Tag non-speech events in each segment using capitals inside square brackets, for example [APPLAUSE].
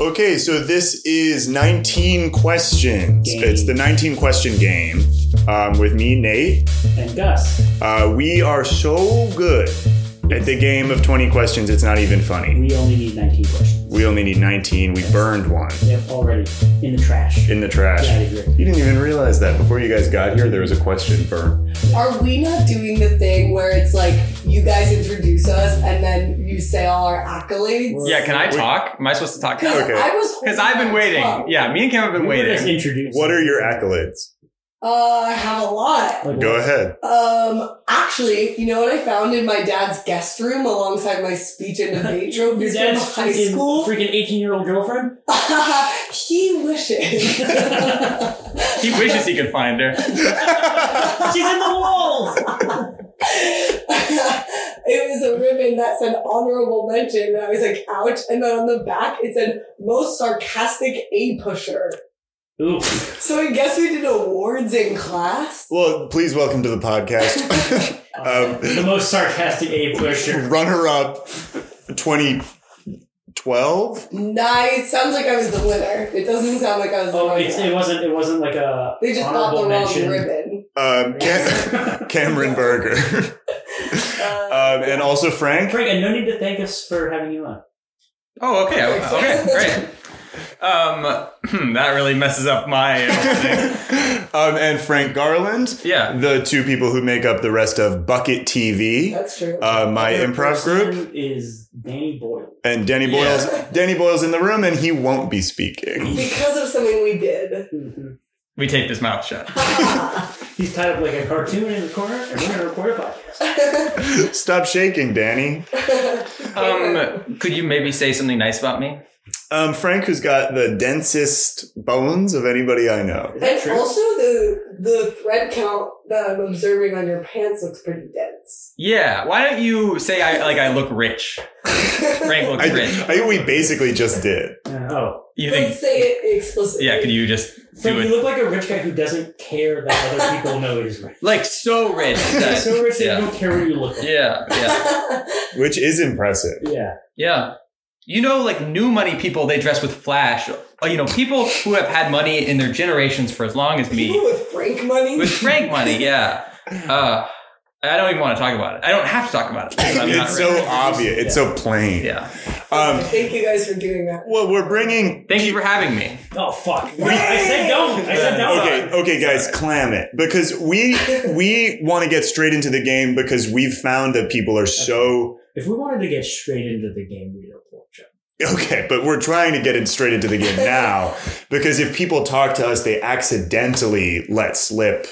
Okay, so this is 19 questions. Game. It's the 19 question game um, with me, Nate. And Gus, Uh, we are so good at the game of 20 questions, it's not even funny. we only need 19 questions. We only need 19. We burned one Yep, already in the trash. in the trash. Yeah, I agree. You didn't even realize that before you guys got here, there was a question burned. Are we not doing the thing where it's like you guys introduce us and then you say all our accolades? Yeah, can I talk? Am I supposed [LAUGHS] to talk? Because Okay. I was Because I've been waiting. Yeah, me and Cam have been We were just waiting. introduced. What are your accolades? Uh, I have a lot. Like, Go ahead. [LAUGHS] Um, actually, you know what I found in my dad's guest room alongside my speech and debate Your trophies from dad's high freaking, school? freaking 18 year old girlfriend? [LAUGHS] he wishes. [LAUGHS] He wishes he could [LAUGHS] find her. She's in the walls! it was a ribbon that said honorable mention, and I was like, ouch. And then on the back, it said most sarcastic A pusher. [LAUGHS] Ooh. So I guess we did awards in class. Well, please welcome to the podcast. [LAUGHS] [LAUGHS] um, the most sarcastic A pusher. runner up 2012. Nice. Sounds like I was the winner. It doesn't sound like I was the Oh, it's, winner. it wasn't. It wasn't like a They just bought honorable the wrong mention. ribbon. Um, Cam- Cameron Berger. [LAUGHS] Uh, um, and also Frank. [LAUGHS] Frank, and no need to thank us for having you on. Oh, okay, okay, great. Um, [CLEARS THROAT] that really messes up my [LAUGHS] opening. um, and Frank Garland. Yeah. The two people who make up the rest of Bucket TV, [LAUGHS] that's true. uh, my Other improv person group, is Danny Boyle. and Danny Boyle's. Danny Boyle's in the room, and he won't be speaking. [LAUGHS] because of something we did. [LAUGHS] We taped his mouth shut. He's tied up like a cartoon in the corner, and we're gonna record a podcast. Stop shaking, Danny. Um, could you maybe say something nice about me? Um, Frank, who's got the densest bones of anybody I know. Is that And true? also the the thread count that I'm observing on your pants looks pretty dense. Yeah. Why don't you say I like I look rich? [LAUGHS] Frank looks I, rich. I think we basically just did. Yeah. oh, You Don't think? say it explicitly. Yeah. Could you just Frank, do you it? look like a rich guy who doesn't care that other people know he's [LAUGHS] rich. Like so rich. He's [LAUGHS] so rich that yeah. you don't care what you look like. Yeah. Yeah. which is impressive. Yeah. Yeah. You know, like new money people, they dress with flash. Uh, You know, people who have had money in their generations for as long as [LAUGHS] People [LAUGHS] me with Frank money. with Frank money. Yeah. Uh, I don't even want to talk about it. I don't have to talk about it. because I'm [LAUGHS] not It's so rich. obvious. It's so plain. Yeah. Um, Thank you guys for doing that. well, we're bringing Thank you for having me. Oh fuck! I said don't. I said don't. Okay, okay, guys, clam it because we we want to get straight into the game because we've found that people are so If we wanted to get straight into the game, we'd have pork chop. okay, but we're trying to get it straight into the [LAUGHS] game now because if people talk to us, they accidentally let slip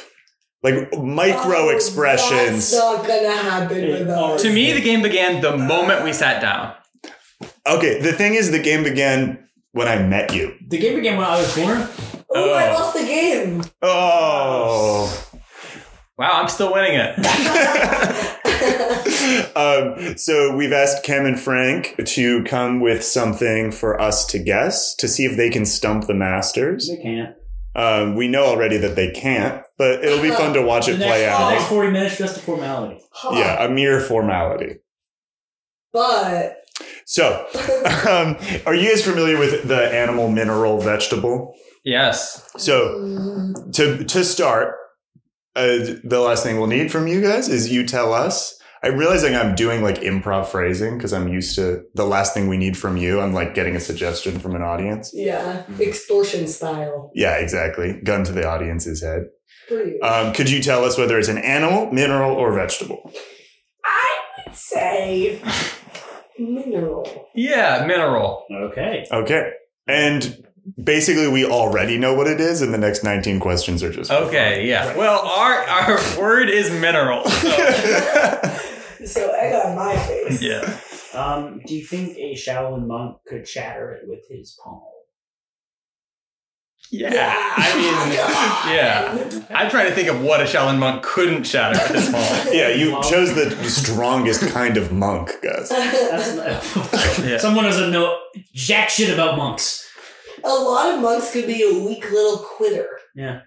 like micro Oh, expressions. That's not gonna happen with us. To me, the game began the moment we sat down. Okay, the thing is, the game began when I met you. The game began when I was born. oh, I lost the game. [LAUGHS] Oh. Wow, I'm still winning it. [LAUGHS] Um, so we've asked Cam and Frank to come with something for us to guess to see if they can stump the masters. They can't. Um, we know already that they can't, but it'll be fun to watch [LAUGHS] The it next, play the next out. forty minutes, just a formality. Huh. [LAUGHS] Yeah, a mere formality. [LAUGHS] But So, [LAUGHS] um, are you guys familiar with the animal, mineral, vegetable? Yes. So, Mm, to to start, uh, the last thing we'll need from you guys is you tell us. I'm realizing I'm doing like improv phrasing because I'm used to the last thing we need from you. I'm like getting a suggestion from an audience. yeah, extortion style. Yeah, exactly. Gun to the audience's head. Pretty. Um, could you tell us whether it's an animal, mineral, or vegetable? I would say mineral. Yeah, mineral. Okay. Okay. And basically, we already know what it is, and the next 19 questions are Oh, just. Okay, yeah. Well, our our word is mineral. [LAUGHS] so- So egg on my face. yeah. Um, do you think a Shaolin monk could shatter it with his palm? Yeah. I mean, yeah. [LAUGHS] I'm trying to think of what a Shaolin monk couldn't shatter at this [LAUGHS] [LAUGHS] moment. Yeah, you chose the strongest kind of monk, Gus. [LAUGHS] That's not, Yeah. Someone doesn't know jack shit about monks. [LAUGHS] A lot of monks could be a weak little quitter. Yeah,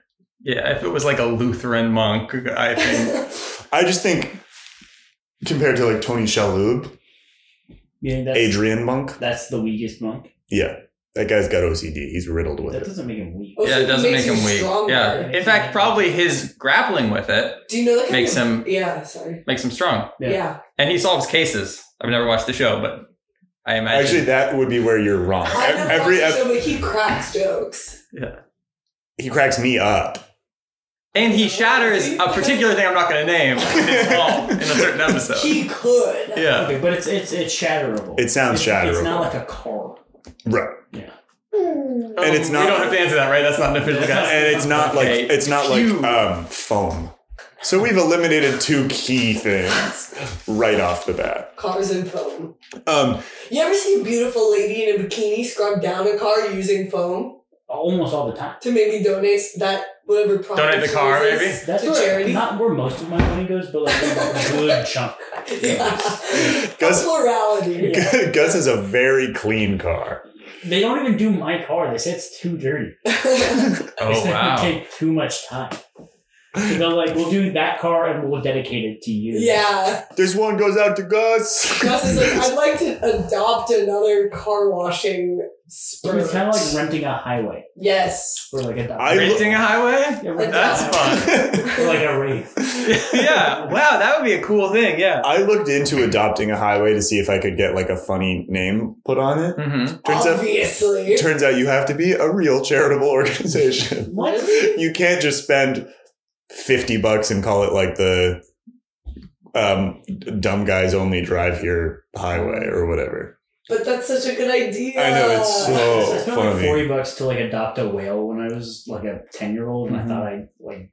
if it was like a Lutheran monk, [LAUGHS] I think. I just think compared to like Tony Shalhoub, You think that's, Adrian Monk. that's the weakest monk. Yeah, That guy's got OCD. He's riddled with That it. doesn't make him weak. [LAUGHS] Yeah, it doesn't makes make you him weak. stronger. Yeah. In fact, probably his grappling with it Do you know that kind makes of- him Yeah, sorry. makes him strong. Yeah. Yeah. And he solves cases. I've never watched the show, but I imagine Actually, that would be where you're wrong. I don't Every watch the ep- show, but he cracks jokes. he cracks me up. And he shatters a particular thing I'm not going to [LAUGHS] name in his fall in a certain episode. He could. [LAUGHS] Yeah. Okay, but it's it's it's shatterable. It sounds It's- It's shatterable. not like a car. Right. Hmm. And it's not- We don't have to answer that, right? That's not an official That's- guess. And it's not like Okay. it's not like Cute. um, foam. So we've eliminated two key things right off the bat. Cars and foam. Um, You ever see a beautiful lady in a bikini scrub down a car using foam Almost all the time. to maybe donate that whatever product Donate the she car, uses maybe? That's to where, charity? [LAUGHS] not where most of my money goes, but like a good chunk. goes. Yeah. Gus- [LAUGHS] A plurality. Yeah. Gus has a very clean car. They don't even do my car. They say it's too dirty. [LAUGHS] Oh, They wow. take too much time. They're like, we'll do that car and we'll dedicate it to you. [LAUGHS] yeah. This one goes out to Gus. Gus is like, I'd like to adopt another car washing So spurt. it's kind of like renting a highway yes. or like a I lo- Renting a [LAUGHS] highway? yeah, rent That's a highway. fun. Or like a wreath. [LAUGHS] yeah. Wow, that would be a cool thing. Yeah. I looked into adopting a highway to see if I could get like a funny name put on it. [LAUGHS] Mm-hmm. Turns out, Obviously. turns out you have to be a real charitable [LAUGHS] organization. What? you can't just spend fifty bucks and call it like the um, dumb guys only drive here highway or whatever. But that's such a good idea. I know it's [LAUGHS] I so spent like funny. forty bucks to like adopt a whale when I was like a ten year old, and Mhm. I thought I'd like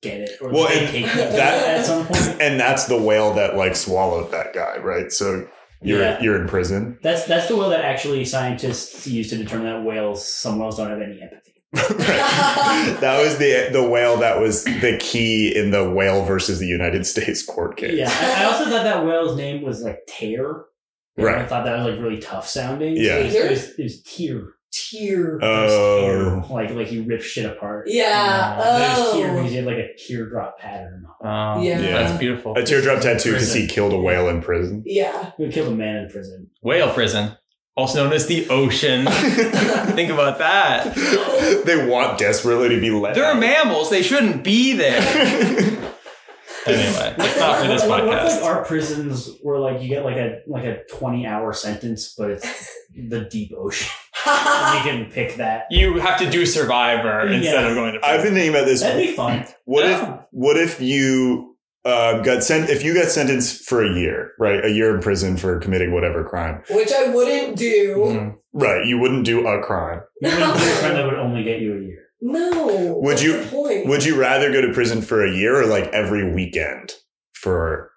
get it or Well, like, and take [LAUGHS] it that- at some point. And that's the whale that like swallowed that guy, right? So you're Yeah. you're in prison. [LAUGHS] That's that's the whale that actually scientists use to determine that whales some whales don't have any empathy. that was the the whale that was the key in the whale versus the United States court case. Yeah, I, I also thought that whale's name was like Tear. And I Right. thought that was like really tough sounding. Yeah. It was, it was, it was Tear. Tear. Uh, It was Oh. Tear. Like like he ripped shit apart. Uh, Yeah. but it was Tear Oh. because he had like a teardrop pattern. Um, Yeah. That's beautiful. A teardrop tattoo because he killed a whale in [LAUGHS] prison. yeah. Who killed a man in prison? Whale prison, also known as the ocean. [LAUGHS] Think about that. they want desperately to be let. They're out. mammals. They shouldn't be there. [LAUGHS] Anyway, that's not for this What- what- What's like podcast. our prisons where like you get like a like a twenty hour sentence, but it's [LAUGHS] the deep ocean. [LAUGHS] you can pick that. You have to do Survivor Yeah. instead of going [LAUGHS] to I've been thinking about this. That'd be fun. What if Yeah. what if you uh, got sent if you got sentenced for a year, right? A year in prison for committing whatever crime. Which I wouldn't do. Mhm. Right, you wouldn't do a crime. You wouldn't do a crime that would only get you a year. [LAUGHS] No. Would you- The point? Would you rather go to prison for a year or like every weekend for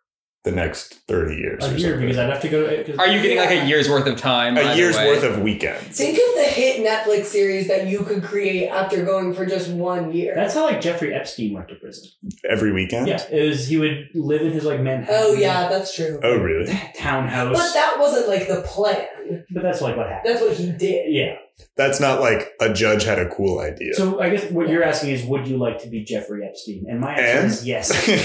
the next 30 years? A or year something? because I'd have to go to. Cause Are you getting like a year's worth of time? a either year's way? worth of weekends. Think of the hit Netflix series that you could create after going for just one year. That's how like Jeffrey Epstein went to prison. Every weekend? Yeah, it was he would live in his like Manhattan. oh yeah, that's true. Oh, really? Townhouse, But that wasn't like the plan. but that's like what happened. That's what he did. Yeah. That's not like a judge had a cool idea. [LAUGHS] So I guess what you're asking is, would you like to be Jeffrey Epstein? And my answer And? is [LAUGHS] yes. I And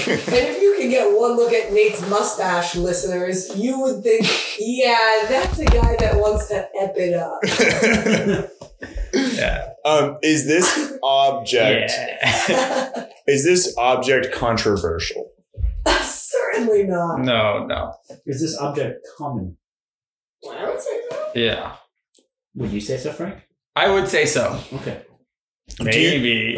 if you can get one look at Nate's mustache, listeners, you would think, yeah, that's a guy that wants to ep [LAUGHS] it up. [LAUGHS] Yeah. um, is this object Yeah. is this object controversial? Certainly not. no, no. is this object common? I would say so. Yeah. Would you say so, Frank? I would say so. Okay. Do you- Maybe.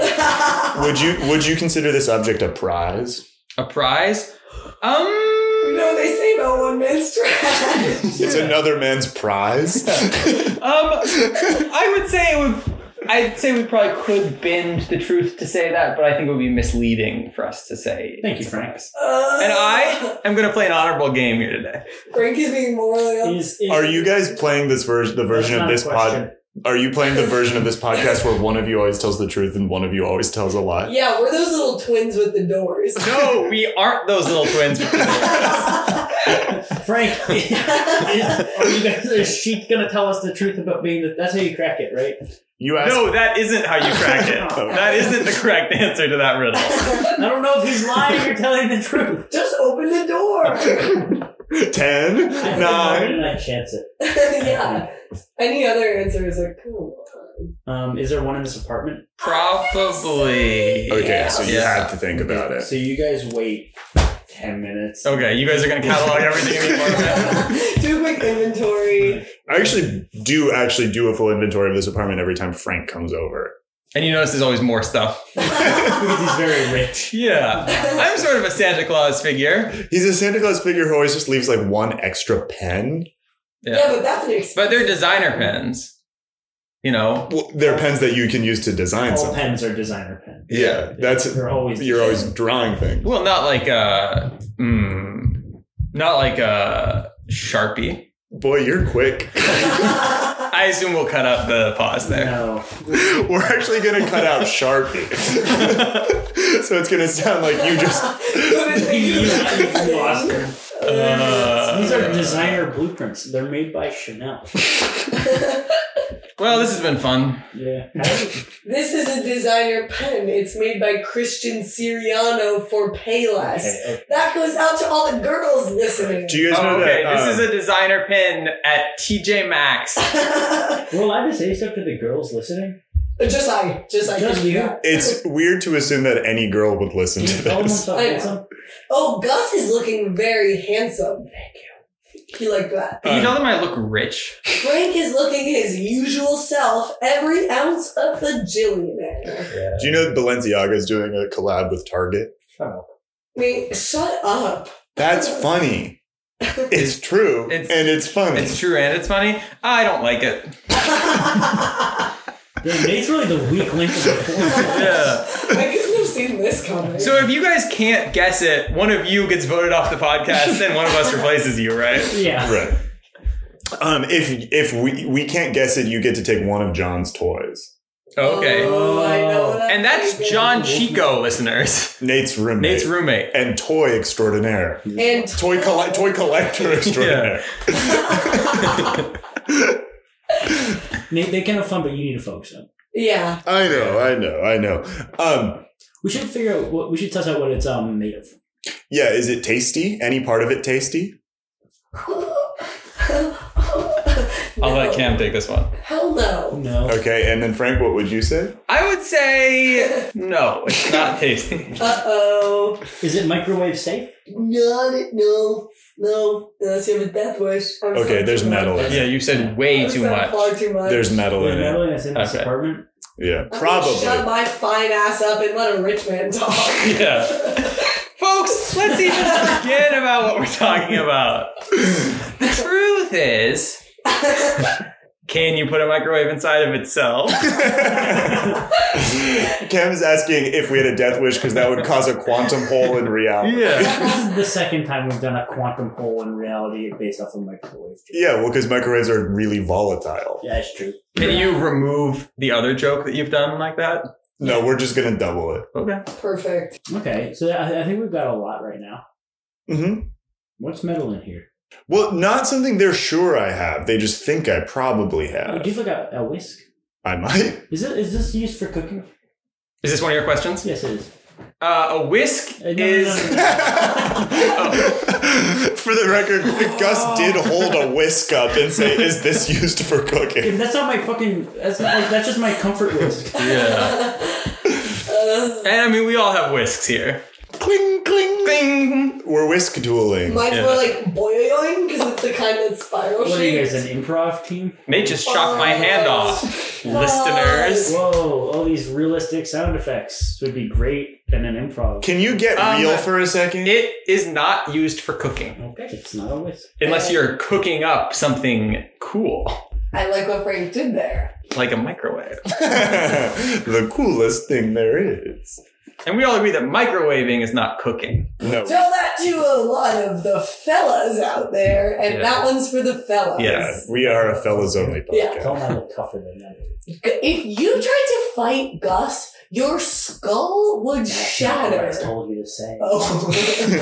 Would you would you consider this object a prize? A prize? Um. you know what they say about one man's [LAUGHS] trash. It's another man's prize. Um. I would say it would. I'd say we probably could bend the truth to say that, but I think it would be misleading for us to say. Thank you, Frank. Uh, And I am going to play an honorable game here today. [LAUGHS] Frank is being morally un- Is, is Are you guys playing this version the version of That's this not a question. pod are you playing the version of this podcast where one of you always tells the truth and one of you always tells a lie? [LAUGHS] Yeah, we're those little twins with the doors. [LAUGHS] No, we aren't those little twins. [LAUGHS] Frank, [LAUGHS] is, are you guys, is she gonna tell us the truth about being the, that's how you crack it, right? You ask No, that isn't how you crack it. That isn't the correct answer to that riddle. I don't know if he's lying or telling the truth. Just open the door. [LAUGHS] [LAUGHS] [LAUGHS] Ten, [LAUGHS] I think nine. Martin and I chance it. yeah. Any other answers are cool. Um, is there one in this apartment? Probably. Okay, yeah. so you Yeah. have to think about it. Oh. So you guys wait ten minutes. Okay, you guys are gonna catalog everything in the apartment. [LAUGHS] Do a quick inventory. I actually do actually do a full inventory of this apartment every time Frank comes over. And you notice there's always more stuff. Because [LAUGHS] he's [LAUGHS] very rich. Yeah. I'm sort of a Santa Claus figure. He's a Santa Claus figure who always just leaves like one extra pen. yeah, but that's an expensive. But they're designer pens. You know? Well, they're pens that you can use to design All something. pens are designer pens. Yeah, that's They're always you're always drawing things. Well, not like uh mm, not like a Sharpie. Boy, you're quick. [LAUGHS] [LAUGHS] I assume we'll cut up the pause there. No. We're actually gonna cut out Sharpie, [LAUGHS] so it's gonna sound like you just. [LAUGHS] [LAUGHS] You lost her. Uh, These are designer blueprints. They're made by Chanel. [LAUGHS] well, this has been fun. Yeah. [LAUGHS] this is a designer pen. It's made by Christian Siriano for Payless. Okay, That goes out to all the girls listening. Do you guys know Oh, okay, that? um, this is a designer pin at TJ Maxx. okay. We're allowed to say stuff to the girls listening. [LAUGHS] just I, just I. Just can do you? that. it's weird to assume that any girl would listen to Tell them I'm this. so I- handsome. Oh, Gus is looking very handsome. Thank you. He liked that. Can you Um, tell them I look rich? Frank is looking his usual self, every ounce of the Jillionaire. Do you know that Balenciaga is doing a collab with Target? Shut up. I mean, shut up. That's funny. It's true, It's- and it's funny. It's true and it's funny. I don't like it. Damn, Nate's really the weak link of the force. Yeah. [LAUGHS] I couldn't have seen this coming. So if you guys can't guess it, one of you gets voted off the podcast, then one of us replaces you, [LAUGHS] right? Yeah. Right. Um, if if we we can't guess it, you get to take one of John's toys. Okay. Oh, I know that And that's feeling. John Chico, listeners. Nate's roommate. Nate's roommate. and toy extraordinaire. And Toy coll- toy collector extraordinaire. Nate, they can have fun, but you need to focus on. it. yeah, I know, I know, I know. Um, We should figure out what we should test out what it's um made of. yeah, is it tasty? Any part of it tasty? I'll No. let Cam take this one. Hell no. No. Okay, and then Frank, what would you say? I would say no, it's not tasty. [LAUGHS] Uh oh. Is it microwave safe? Not it. No. No. Unless you have a death wish. I'm Okay, sorry. there's metal in it. Yeah, you said way I'm too sorry, much. Far too much. There's metal Is in it it. metal that's in this Okay. apartment? Yeah, I'm gonna Shut probably. my fine ass up and let a rich man talk. Yeah. Folks, let's even forget about what we're talking about. The truth is, can you put a microwave inside of itself? [LAUGHS] Cam is asking if we had a death wish because that would cause a quantum hole in reality. Yeah. This is the second time we've done a quantum hole in reality based off of microwave. Yeah, well, because microwaves are really volatile. Yeah, it's true. Can you remove the other joke that you've done like that? No, we're just gonna double it. Okay. Perfect. Okay, so I, I think we've got a lot right now. Mm-hmm. What's metal in here? Well, not something they're sure I have. They just think I probably Oh, have. do you have like a, a whisk? I might. [LAUGHS] Is it is this used for cooking? Is this one of your questions? Yes, it is. Uh, a whisk Uh, no, no, is. no, no. For the record, Gus did hold a whisk up and say, "Is this [LAUGHS] used for cooking?" Dude, that's not my fucking. That's not, that's just my [LAUGHS] comfort whisk. Yeah. [LAUGHS] Uh, And I mean, we all have whisks here. Cling, cling, cling. Ding! We're whisk dueling. mine's Yeah. more like boing because it's the kind that's spiral What are you shaped. guys, an improv team? Nate just chopped my hand off. Listeners. Whoa! All these realistic sound effects would be great in an improv. Can you get Um, real for a second? It is not used for cooking Okay, it's not a whisk. unless you're cooking up something cool, I like what Frank did there. like a microwave. [LAUGHS] the coolest thing there is. And we all agree that microwaving is not cooking. No. Tell that to a lot of the fellas out there, and Yeah. that one's for the fellas. Yeah, we are a fellas only Yeah. podcast. Tell them I look tougher than them. If you tried to fight Gus, your skull would shatter. Christ told you to say. [LAUGHS] [LAUGHS] Oh,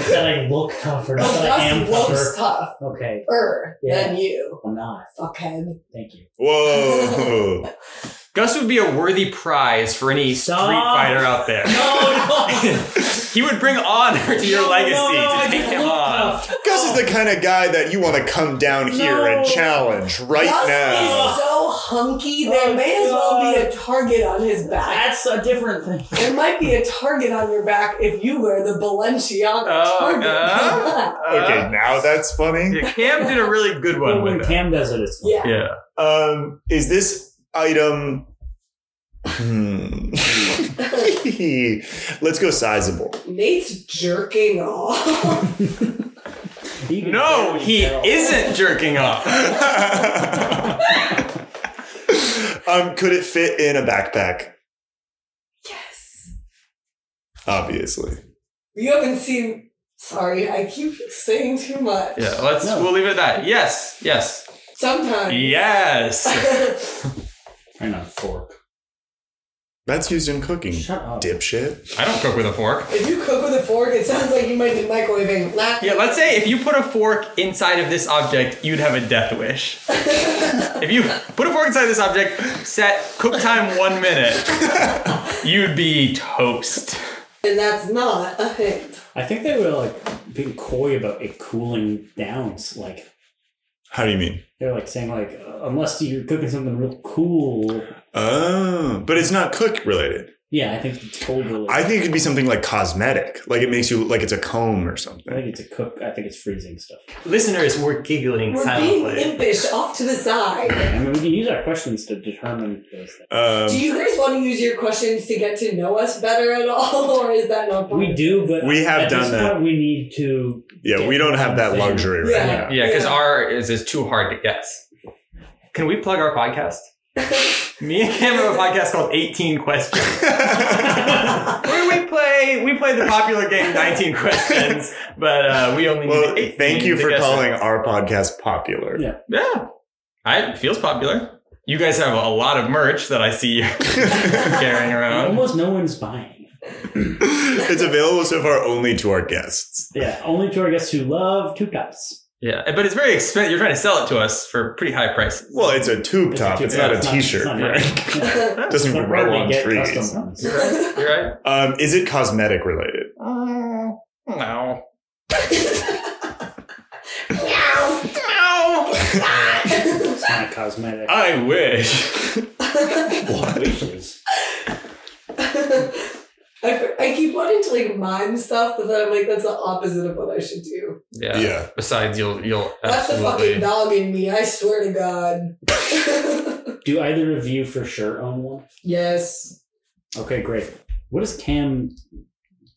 That I look tougher, not that I am Gus tougher. looks tough. Okay, Er Yeah. than you. I'm not. Fuckhead. Thank you. Whoa. Gus would be a worthy prize for any Stop. street fighter out there. No, [LAUGHS] he would bring honor to your No, no, legacy no, I to take just him looked off. Gus Oh. is the kind of guy that you want to come down here and No. challenge right Gus now. is so hunky. There Oh, may as well be God. a target on his back. that's a different thing. There might be a target on your back if you wear the Balenciaga Oh, target. no. okay, now that's funny. Uh, Yeah, Cam did a really good But one when with it. Cam does it, it's fun. yeah. Yeah. Um, is this item? Hmm. [LAUGHS] Let's go sizable. [LAUGHS] Nate's jerking off. [LAUGHS] He can No, barely he tell. isn't jerking off. um, could it fit in a backpack? yes. Obviously. You haven't seen. Sorry, I keep saying too much. Yeah, let's No. we'll leave it at that. Yes, yes, Sometimes. yes. Right on fork. That's used in cooking. Shut up. Dipshit. I don't cook with a fork. [LAUGHS] if you cook with a fork, it sounds like you might be microwaving. Laugh. [LAUGHS] Yeah, let's say if you put a fork inside of this object, you'd have a death [LAUGHS] wish. if you put a fork inside this object, set cook time [LAUGHS] one minute, you'd be toast. And that's not a hint. I think they were like being coy about it cooling down. Like How do you mean? they're like saying like uh, unless you're cooking something real cool. Oh, but it's not cook related. Yeah, I think it's totally. I think it could be something like cosmetic. Like it makes you like it's a comb or I something. think it's a cook. I think it's freezing stuff. Listeners, we're giggling We're being impish off to the side. I mean, we can use our questions to determine those things. Um, Do you guys want to use your questions to get to know us better at all, [LAUGHS] or is that not? part We of do, this? but We have at this done that. point, we need to. yeah, we don't have that luxury right Yeah. now. Yeah, because our is is too hard to guess. Can we plug our [LAUGHS] podcast? Me and Cam have a podcast called 18 Questions. [LAUGHS] Where we play we play the popular game 19 questions, but uh, we only well, need 18 thank you to for guess calling it. our podcast popular. Yeah. Yeah, I it feels popular. You guys have a lot of merch that I see you [LAUGHS] carrying Uh-huh. around. Almost no one's buying. [LAUGHS] it's available so far only to our guests. Yeah, only to our guests who love two cups. Yeah, but it's very expensive. You're trying to sell it to us for pretty high prices. Well, it's a tube It's top. a tube It's top. not a It's not- t-shirt. it's not Frank. [LAUGHS] not- Doesn't But grow we on get trees. custom ones. You're [LAUGHS] right. You're right. Um, is it cosmetic [LAUGHS] related? Mm, no. Meow. No. It's [LAUGHS] not cosmetic. I wish. Wishes. [LAUGHS] I, I keep wanting to like mime stuff, but then I'm like, that's the opposite of what I should do. Yeah. Yeah. Besides, you'll you'll That's the fucking absolutely. dog in me. I swear to God. [LAUGHS] Do either of you for sure own one? yes. Okay, great. What does Cam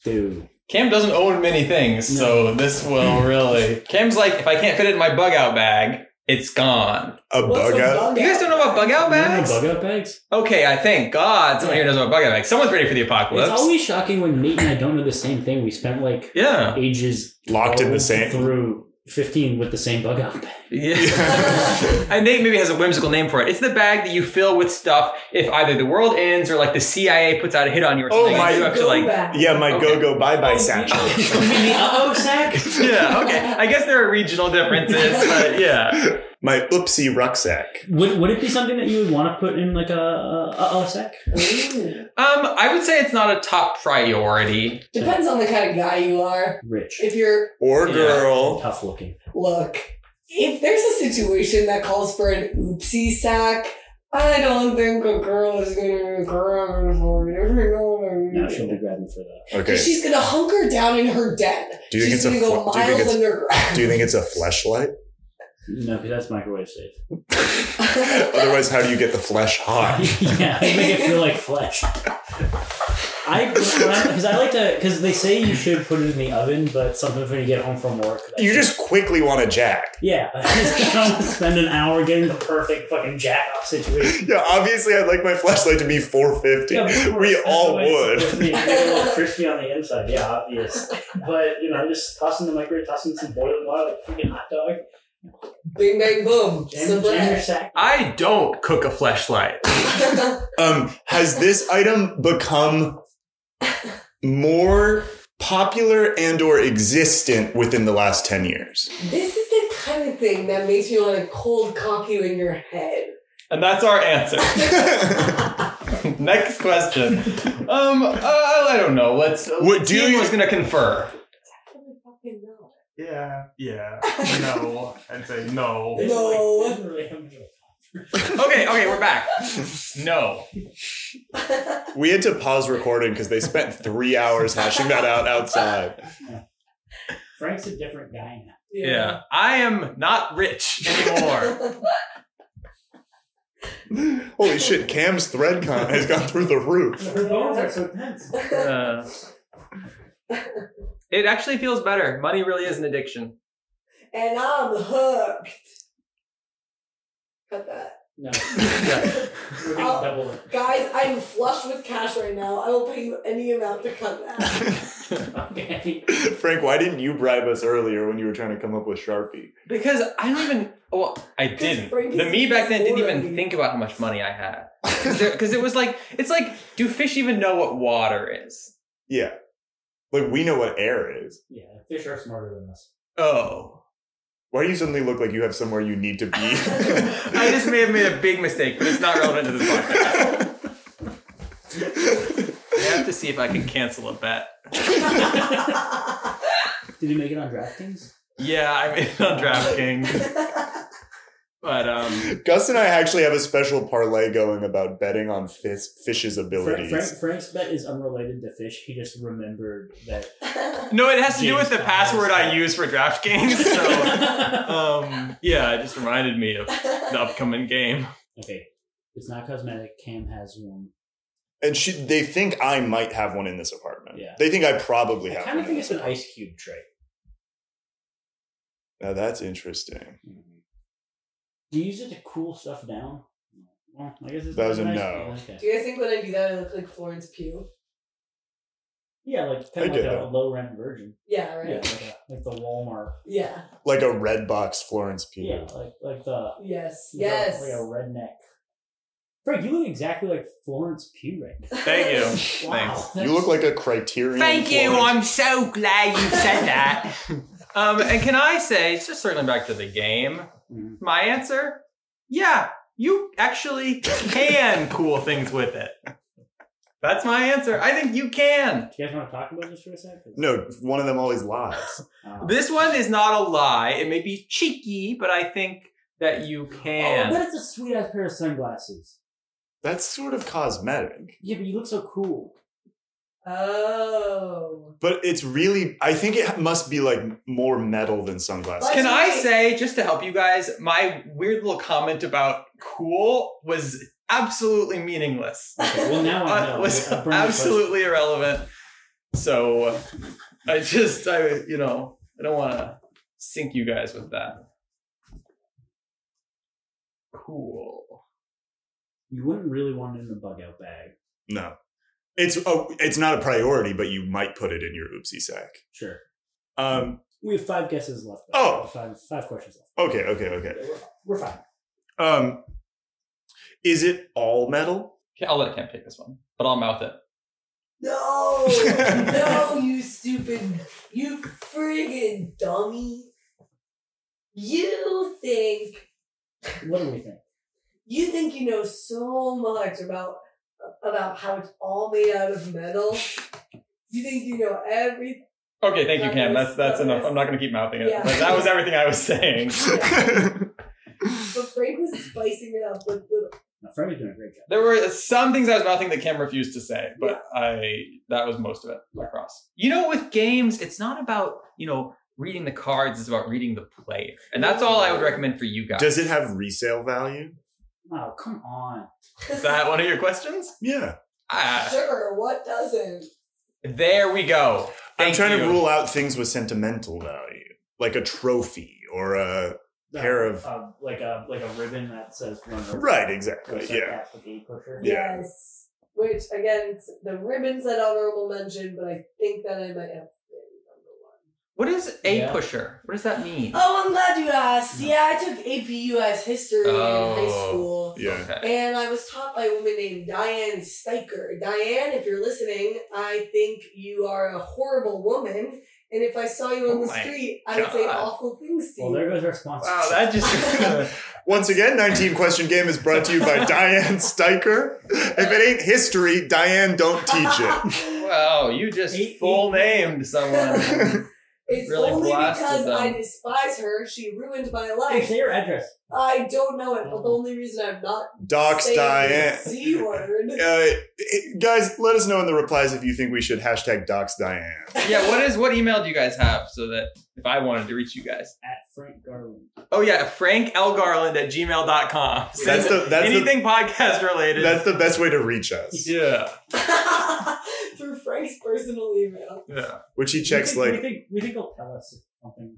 do? Cam doesn't own many things, so this will really. Cam's like, if I can't fit it in my bug out bag, it's gone. A What's bug a out? bug You guys out? don't know about bug out You don't have bags? Bug out bags? Okay, I thank God someone here knows about bug out bags. Someone's ready for the apocalypse. It's always shocking when Nate and I don't know the same thing. We spent like yeah. ages Locked in the 12 same. through 15 with the same bug out bag. [LAUGHS] Yeah. And Nate maybe has a whimsical name for it. It's the bag that you fill with stuff if either the world ends or like the CIA puts out a hit on you or Oh something. my- you have to Go like. back. [LAUGHS] yeah, my Okay. go go bye bye Oh, satchel. uh-oh sack? [LAUGHS] Yeah, okay. I guess there are regional differences, but yeah. [LAUGHS] my oopsie rucksack. Would, would it be something that you would want to put in like a a- uh-oh sack? Ooh. Um, I would say it's not a top priority. Depends on the kind of guy you are. Rich. If you're, Or Yeah. girl. Tough looking. look, if there's a situation that calls for an oopsie sack, I don't think a girl is gonna grab it for you. You know what I mean? No, she'll be grabbing for that. Okay. She's gonna hunker down in her den. Do you think She's it's a gonna fl- go do you think miles it's- underground. [LAUGHS] Do you think it's a [LAUGHS] fleshlight? No, because that's [LAUGHS] microwave safe. Otherwise, how do you get the flesh hot? yeah, they make it feel like flesh. I because I like to because they say you should put it in the oven, but sometimes when you get home from work, that's- You just quickly want a jack. [LAUGHS] yeah, I [LAUGHS] just don't wanna spend an hour getting the perfect fucking jack off situation. Yeah, obviously, I'd like my fleshlight to be 450. Yeah, of course, we that's all the way it's would. supposed to be. You get a [LAUGHS] little crispy on the inside, yeah, obvious. But you know, just tossing the microwave, tossing some boiling water, like freaking hot dog, Bing bang boom. jam, Simple jam your as. sack. I don't cook a fleshlight. [LAUGHS] Um, has this item become more popular and or existent within the last 10 years? [LAUGHS] this is the kind of thing that makes you want to cold cock you in your head. And that's our answer. [LAUGHS] Next question. Um, uh, I don't know. Let's. What do Ian you- was gonna confer? fucking know. Yeah, yeah. No, I'd say no. No. Like, doesn't really have much of a- Okay, okay, we're back. No. we had to pause recording because they spent three hours hashing that out outside. Frank's a different guy now. Yeah, I am not rich [LAUGHS] anymore. Holy shit, Cam's thread count has gone through the roof. [LAUGHS] [LAUGHS] Her bones are so tense. Uh, it actually feels better. Money really is an addiction. [LAUGHS] and I'm hooked. Cut that. No, Yeah. we're gonna Oh. double it. Guys, I'm flushed with cash right now. I will pay you any amount to [LAUGHS] cut that. [LAUGHS] Okay. Frank, why didn't you bribe us earlier when you were trying to come up with Sharpie? Because I don't even. Well, I didn't. Frank is The me back then didn't boring. even think about how much money I [LAUGHS] had. Because it was like, it's like, do fish even know what water is? Yeah. Like, we know what air is. Yeah, fish are smarter than us. [LAUGHS] Oh. Why do you suddenly look like you have somewhere you need to [LAUGHS] be? I just may have made a big mistake, but it's not relevant to this podcast. [LAUGHS] I have to see if I can cancel a bet. Did you make it on DraftKings? Yeah, I made it on DraftKings. But, um, [LAUGHS] Gus and I actually have a special parlay going about betting on fish, fish's Frank, abilities. Frank, Frank's bet is unrelated to fish. He just remembered that. no, it has to do with the James password I Bond. use for DraftKings. So, [LAUGHS] [LAUGHS] um, yeah, it just reminded me of the upcoming game. okay, it's not cosmetic. Cam has one. And she, they think I might have one in this apartment. Yeah. They think I probably I have kind one. of in think this it's an ice cube trait. Now that's interesting. Do you use it to cool stuff down? Well, I guess it's That was a nice- no. Okay. Do you guys think when I do that, I look like Florence Pugh? Yeah, like kind I of like did a that. low rent version. Yeah, Yeah, right? like, a, like the Walmart. Yeah. Like a red box Florence Pugh. Yeah, like like the Yes. like a- Yes. like a redneck. Frank, you look exactly like Florence Pugh right now. Thank you. Thanks. Wow, You look like a criterion. Thank you. Florence. I'm so glad you said that. um, and can I say, it's just circling back to the game, Mhm. my answer? Yeah, you actually can cool things with it. That's my answer. I think you can. Do you guys want to talk about this for a second? No, one of them always lies. Uh, This one is not a lie. It may be cheeky, but I think that you oh, can. but it's a sweet ass pair of sunglasses. That's sort of cosmetic. Yeah, but you look so cool. [LAUGHS] oh. But it's really, I think it must be like more metal than sunglasses. Can I say, just to help you guys, my weird little comment about cool was [LAUGHS] absolutely meaningless. Okay, well, Oh, now [LAUGHS] I uh, know. was I burned the absolutely irrelevant. So I just, I you know, I don't want to sink you guys with that. Cool. question. You wouldn't really want it in a bug out bag. No. It's, a, it's not a priority, but you might put it in your oopsie sack. Sure. Um, We have five guesses left. Oh. Five, five questions left. okay, okay, okay. We're fine. Um, is it all metal? [LAUGHS] Okay, I'll let Cam take this one, but I'll mouth it. No. no, you stupid. You friggin' dummy. You think What do we think? you think you know so much about about how it's all made out of metal. You think you know everything. Okay, thank you, Cam. That's that's That was- enough. I'm not gonna keep mounting it. Yeah. But that was everything I was [LAUGHS] saying. But Frank was spicing it up with little. Now, Frank is doing a great job. There were some things I was mouthing that Cam refused to say, but I that was most of it across. You know, with games, it's not about you know reading the cards; it's about reading the player, and that's all I would recommend for you guys. Does it have resale value? Wow, come on. [LAUGHS] Is that one of your questions? Yeah. Ah, Sure, what doesn't? there we go. I'm Thank trying you. to rule out things with sentimental value, like a trophy or a. Pair of- Uh, like a like a ribbon that says runner. Right, exactly. Looks like Yeah. that with the pusher. Yeah. Yes. Which again, it's- the ribbons that honorable mention, but I think that I might have. been number one. What is a Yeah. pusher? What does that mean? Oh, I'm glad you asked. Yeah, I took AP US history in high Oh. school. Yeah. Okay. And I was taught by a woman named Diane Steiker. Diane, if you're listening, I think you are a horrible woman And if I saw you on Oh the my street, I would say God. awful things to Well, you. there goes our sponsor. Wow, that [LAUGHS] just. Once again, 19 Question Game is brought to you [LAUGHS] by Diane Steiker. If it ain't history, Diane, don't teach it. [LAUGHS] wow, you just full named someone. [LAUGHS] [LAUGHS] it's really only blasted because them. I despise her. She ruined my Hey, life. say your address. I don't know it, but the only reason I'm not Docs saying Oh. Diane. the C word. [LAUGHS] Uh, it- guys, let us know in the replies if you think we should hashtag Docs Diane. Yeah, what is what email do you guys have so that if I wanted to reach you guys? At Frank Garland. Oh yeah, Frank L. Garland at gmail.com. That's the that's the, Anything podcast related. that's the best way to reach us, yeah. Through Frank's personal email. Yeah. which he checks we think, like, We think, we think he'll tell us if something.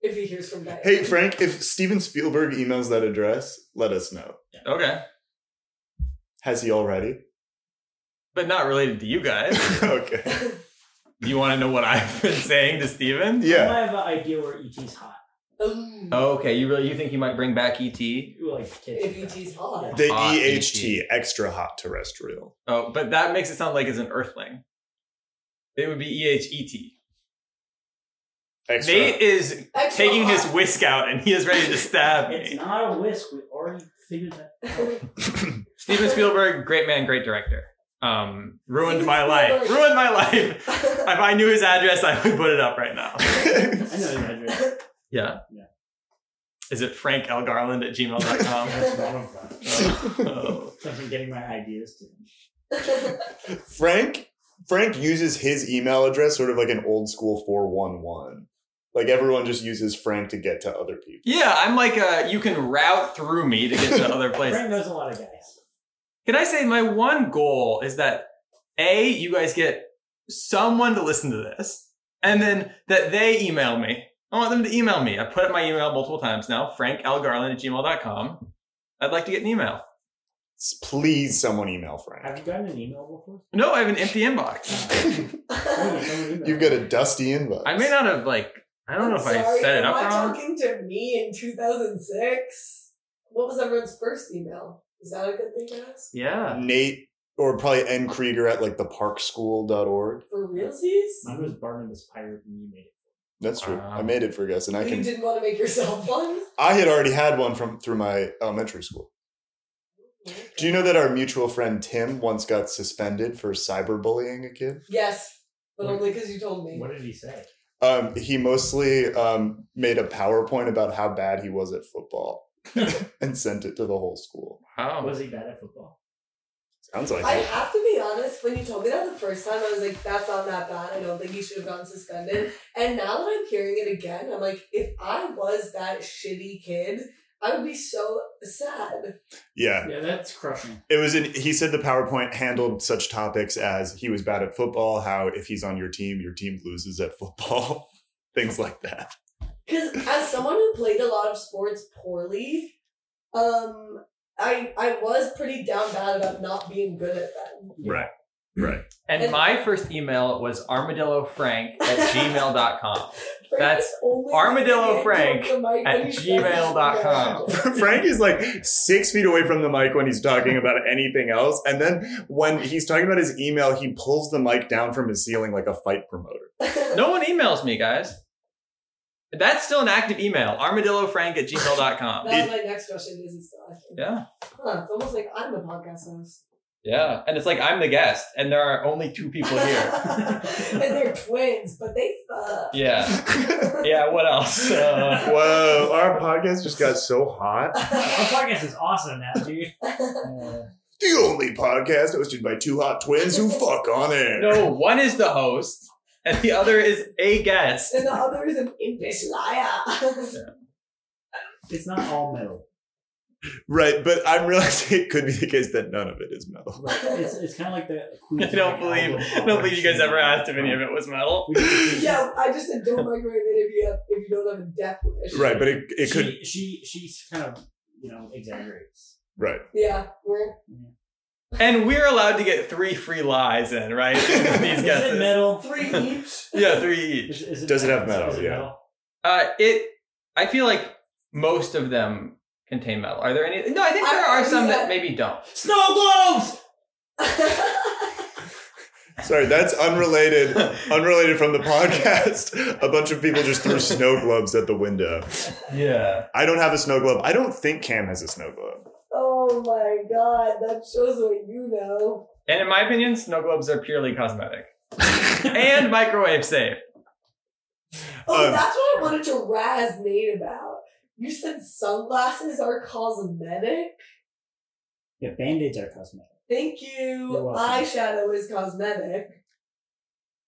If he hears from Diane. "Hey Frank, if Steven Spielberg emails that address, let us know." Okay. Has he already? [LAUGHS] But not related to you guys. okay. Do [LAUGHS] you want to know what I've been saying to Steven? Yeah. I have an idea where ET's hot. Um, Oh, Okay, you really you think he might bring back E ET? Ooh, Like, if E kids. ET's hot. The Hot EHT, extra hot terrestrial. Oh, but that makes it sound like it's an earthling. It would be E H E T. Extra. Nate is Extra taking his [LAUGHS] hot. whisk out and he is ready to stab [LAUGHS] It's me. not a whisk. We already figured that. Steven Spielberg, great man, great director. Um, ruined Steven my life. Spielberg. Ruined my life. If I knew his address, I would put it up right now. I know his address. Yeah. Yeah. Is it Frank L. Garland [LAUGHS] at gmail.com? That's one of them. oh. So I'm getting my ideas to him. [LAUGHS] Frank Frank uses his email address sort of like an old school 411. Like everyone just uses Frank to get to other people. Yeah, I'm like, uh, you can route through me to get [LAUGHS] to other places. Frank knows a lot of guys. Can I say my one goal is that A, you guys get someone to listen to this, and then that they email me. I want them to email me. I put up my email multiple times now, franklgarland at gmail.com. I'd like to get an email. S- Please someone email Frank. Have you gotten an email [LAUGHS] before? No, I have an empty inbox. Oh, you got an [LAUGHS] email. You've got a dusty inbox. I may not have, like, I don't know if I set it up Am I wrong. talking to me in 2006? What was everyone's first email? Is that a good thing to ask? uh, Yeah. Nate or probably N Krieger at like the parkschool.org. For realsies? Mine was Barnabas Pirate and you made it. That's true. Wow. I made it for Gus and I You can didn't want to make yourself one? I had already had one from through my elementary school. Do you know that our mutual friend Tim once got suspended for cyberbullying a kid? Yes, but only because you told me. What did he say? Um, he mostly um, made a PowerPoint about how bad he was at [LAUGHS] football and sent it to the whole school. Wow. Was he bad at football? Sounds like I it. have to be honest, when you told me that the first time, I was like, that's not that bad. I don't think he should have gotten suspended. And now that I'm hearing it again, I'm like, if I was that shitty kid, I would be so sad. Yeah. Yeah, that's crushing. It was in he said the PowerPoint handled such topics as he was bad at football, how if he's on your team, your team loses at football, [LAUGHS] things like that. Because as someone who played a lot of sports poorly, um, I I was pretty down bad about not being good at them. Right. Right. And my first email was armadillofrank at gmail.com. Frank That's is only Armadillo gonna get Frank the mic at when he says his [LAUGHS] gmail.com. name. Frank is like six feet away from the mic when he's talking about anything else. And then when he's talking about his email, he pulls the mic down from his ceiling like a fight promoter. No one emails me, guys. That's still an active email. Armadillofrank at [LAUGHS] gmail.com. That was my next question. Is it's not. Yeah. Huh, it's almost like I'm the podcast host. Yeah. And it's like I'm the guest, and there are only two people here. [LAUGHS] and they're twins, but they fuck. Yeah. Yeah, what else? [LAUGHS] Uh, Whoa, our podcast just got so hot. Our podcast is awesome now, dude. The only podcast hosted by two hot twins who fuck on air. no, one is the host, and the other is a [LAUGHS] guest. and the other is an impish liar. It's not all metal. Right, but I'm realizing it could be the case that none of it is metal. It's, it's kind of like [LAUGHS] the I Queen's don't Black Album. believe I don't believe you guys ever asked if any of it was metal. We just- yeah, I just said don't microwave it if you have, if you don't have a death wish. Right, but it, it she, could. She she's kind of you know exaggerates. Right. Yeah, we're And we're allowed to get three free lies in, right? [LAUGHS] [LAUGHS] These Is it guesses. metal? three each. [LAUGHS] Yeah, three each. Is, is Does it have metal? Is it Yeah. metal? Uh, it. I feel like most of them contain metal. Are there any? No, I think there I- are some yeah. that maybe don't. Snow globes. Sorry, that's [LAUGHS] unrelated. Unrelated from the podcast. A bunch of people just threw snow globes at the window. Yeah. I don't have a snow globe. I don't think Cam has a snow globe. Oh my god, that shows what you know. And in my opinion, snow globes are purely [LAUGHS] cosmetic and microwave safe. Oh, Um, that's what I wanted to razz Nate about. You said sunglasses are cosmetic. Yeah, band-aids are cosmetic. Thank You're you. welcome. Eyeshadow is cosmetic. [LAUGHS]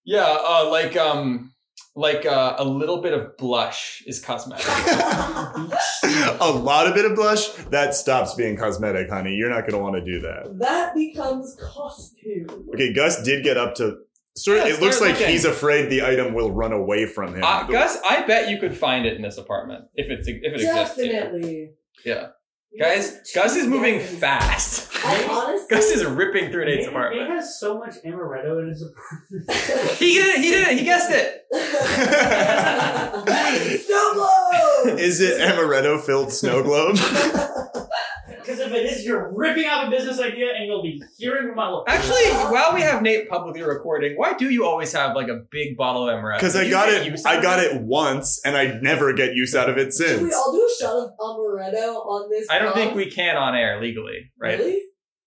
Yeah, uh, like um, like uh, a little bit of blush is [LAUGHS] cosmetic. a lot of bit of blush that stops being cosmetic, honey. You're not gonna want to do that. That becomes costume. Okay, Gus did get up to. Sort of, Yeah, it looks start like looking. he's afraid the item will run away from him. Uh, Gus, I bet you could find it in this apartment if it's if it exists. here. Definitely. Yeah. You Guys, have two Gus is moving guesses. fast. I honestly. [LAUGHS] Gus is ripping through Nate's Nate apartment. has so much amaretto in his apartment. He did it. He did it. He guessed it. [LAUGHS] [LAUGHS] Snow globe! Is it amaretto filled snow [LAUGHS] globe? Because if it is, [LAUGHS] you're ripping off a business idea, and you'll be hearing from my local. Actually, while we have Nate publicly recording, why do you always have like a big bottle of Amaretto? Because I You got get it, use out I of got it once, and I never get use out of it Should we since. all do a shot of amaretto on this? I don't think pod? we can on air legally, right? Oh. Really?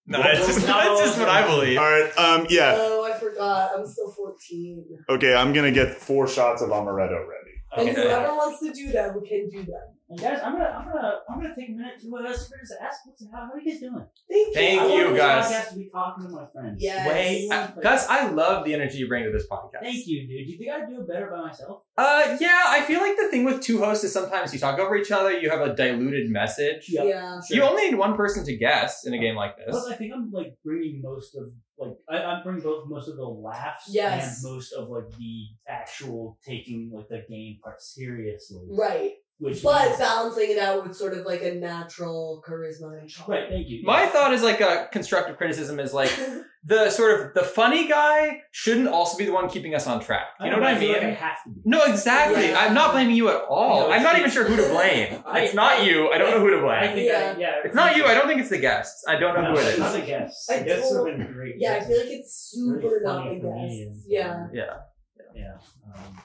No, that's just, that's just what I believe. All right, um, yeah, Oh, I forgot. I'm still 14. okay, I'm gonna get four shots of amaretto ready. And whoever wants to do them can do them. And guys, I'm gonna, I'm gonna, I'm gonna take a minute to uh, sort of ask what's how, how are you guys doing? Thank you. Thank I you, want this Gus. podcast to be talking to my friends. Yes. Way, uh, Gus, I love the energy you bring to this podcast. Thank you, dude. Do you think I'd do it better by myself? Uh, yeah, I feel like the thing with two hosts is sometimes you talk over each other, you have a diluted message. Yeah. Yeah. You only need one person to guess in a game like this. Plus, I think I'm like bringing most of like I, I'm bringing both most of the laughs Yes. and most of like the actual taking like the game part seriously, Right. which But is- balancing it out with sort of like a natural charisma and charm. right. Thank you. My thought is like a constructive criticism [LAUGHS] is like the sort of the funny guy shouldn't also be the one keeping us on track. You know what I feel mean? Like I have to be. No, exactly. Yeah. I'm not blaming you at all. No, I'm not it's- even sure who to blame. I- It's not you. [LAUGHS] I don't know who to I blame. think Yeah. I, yeah. It's not you. I don't think it's the guests. I don't No, know who it Not is. a guess. I Guess don't- would have been great. yeah, I feel like it's super Really not funny the for me best. and- Yeah. Yeah. Yeah. Um,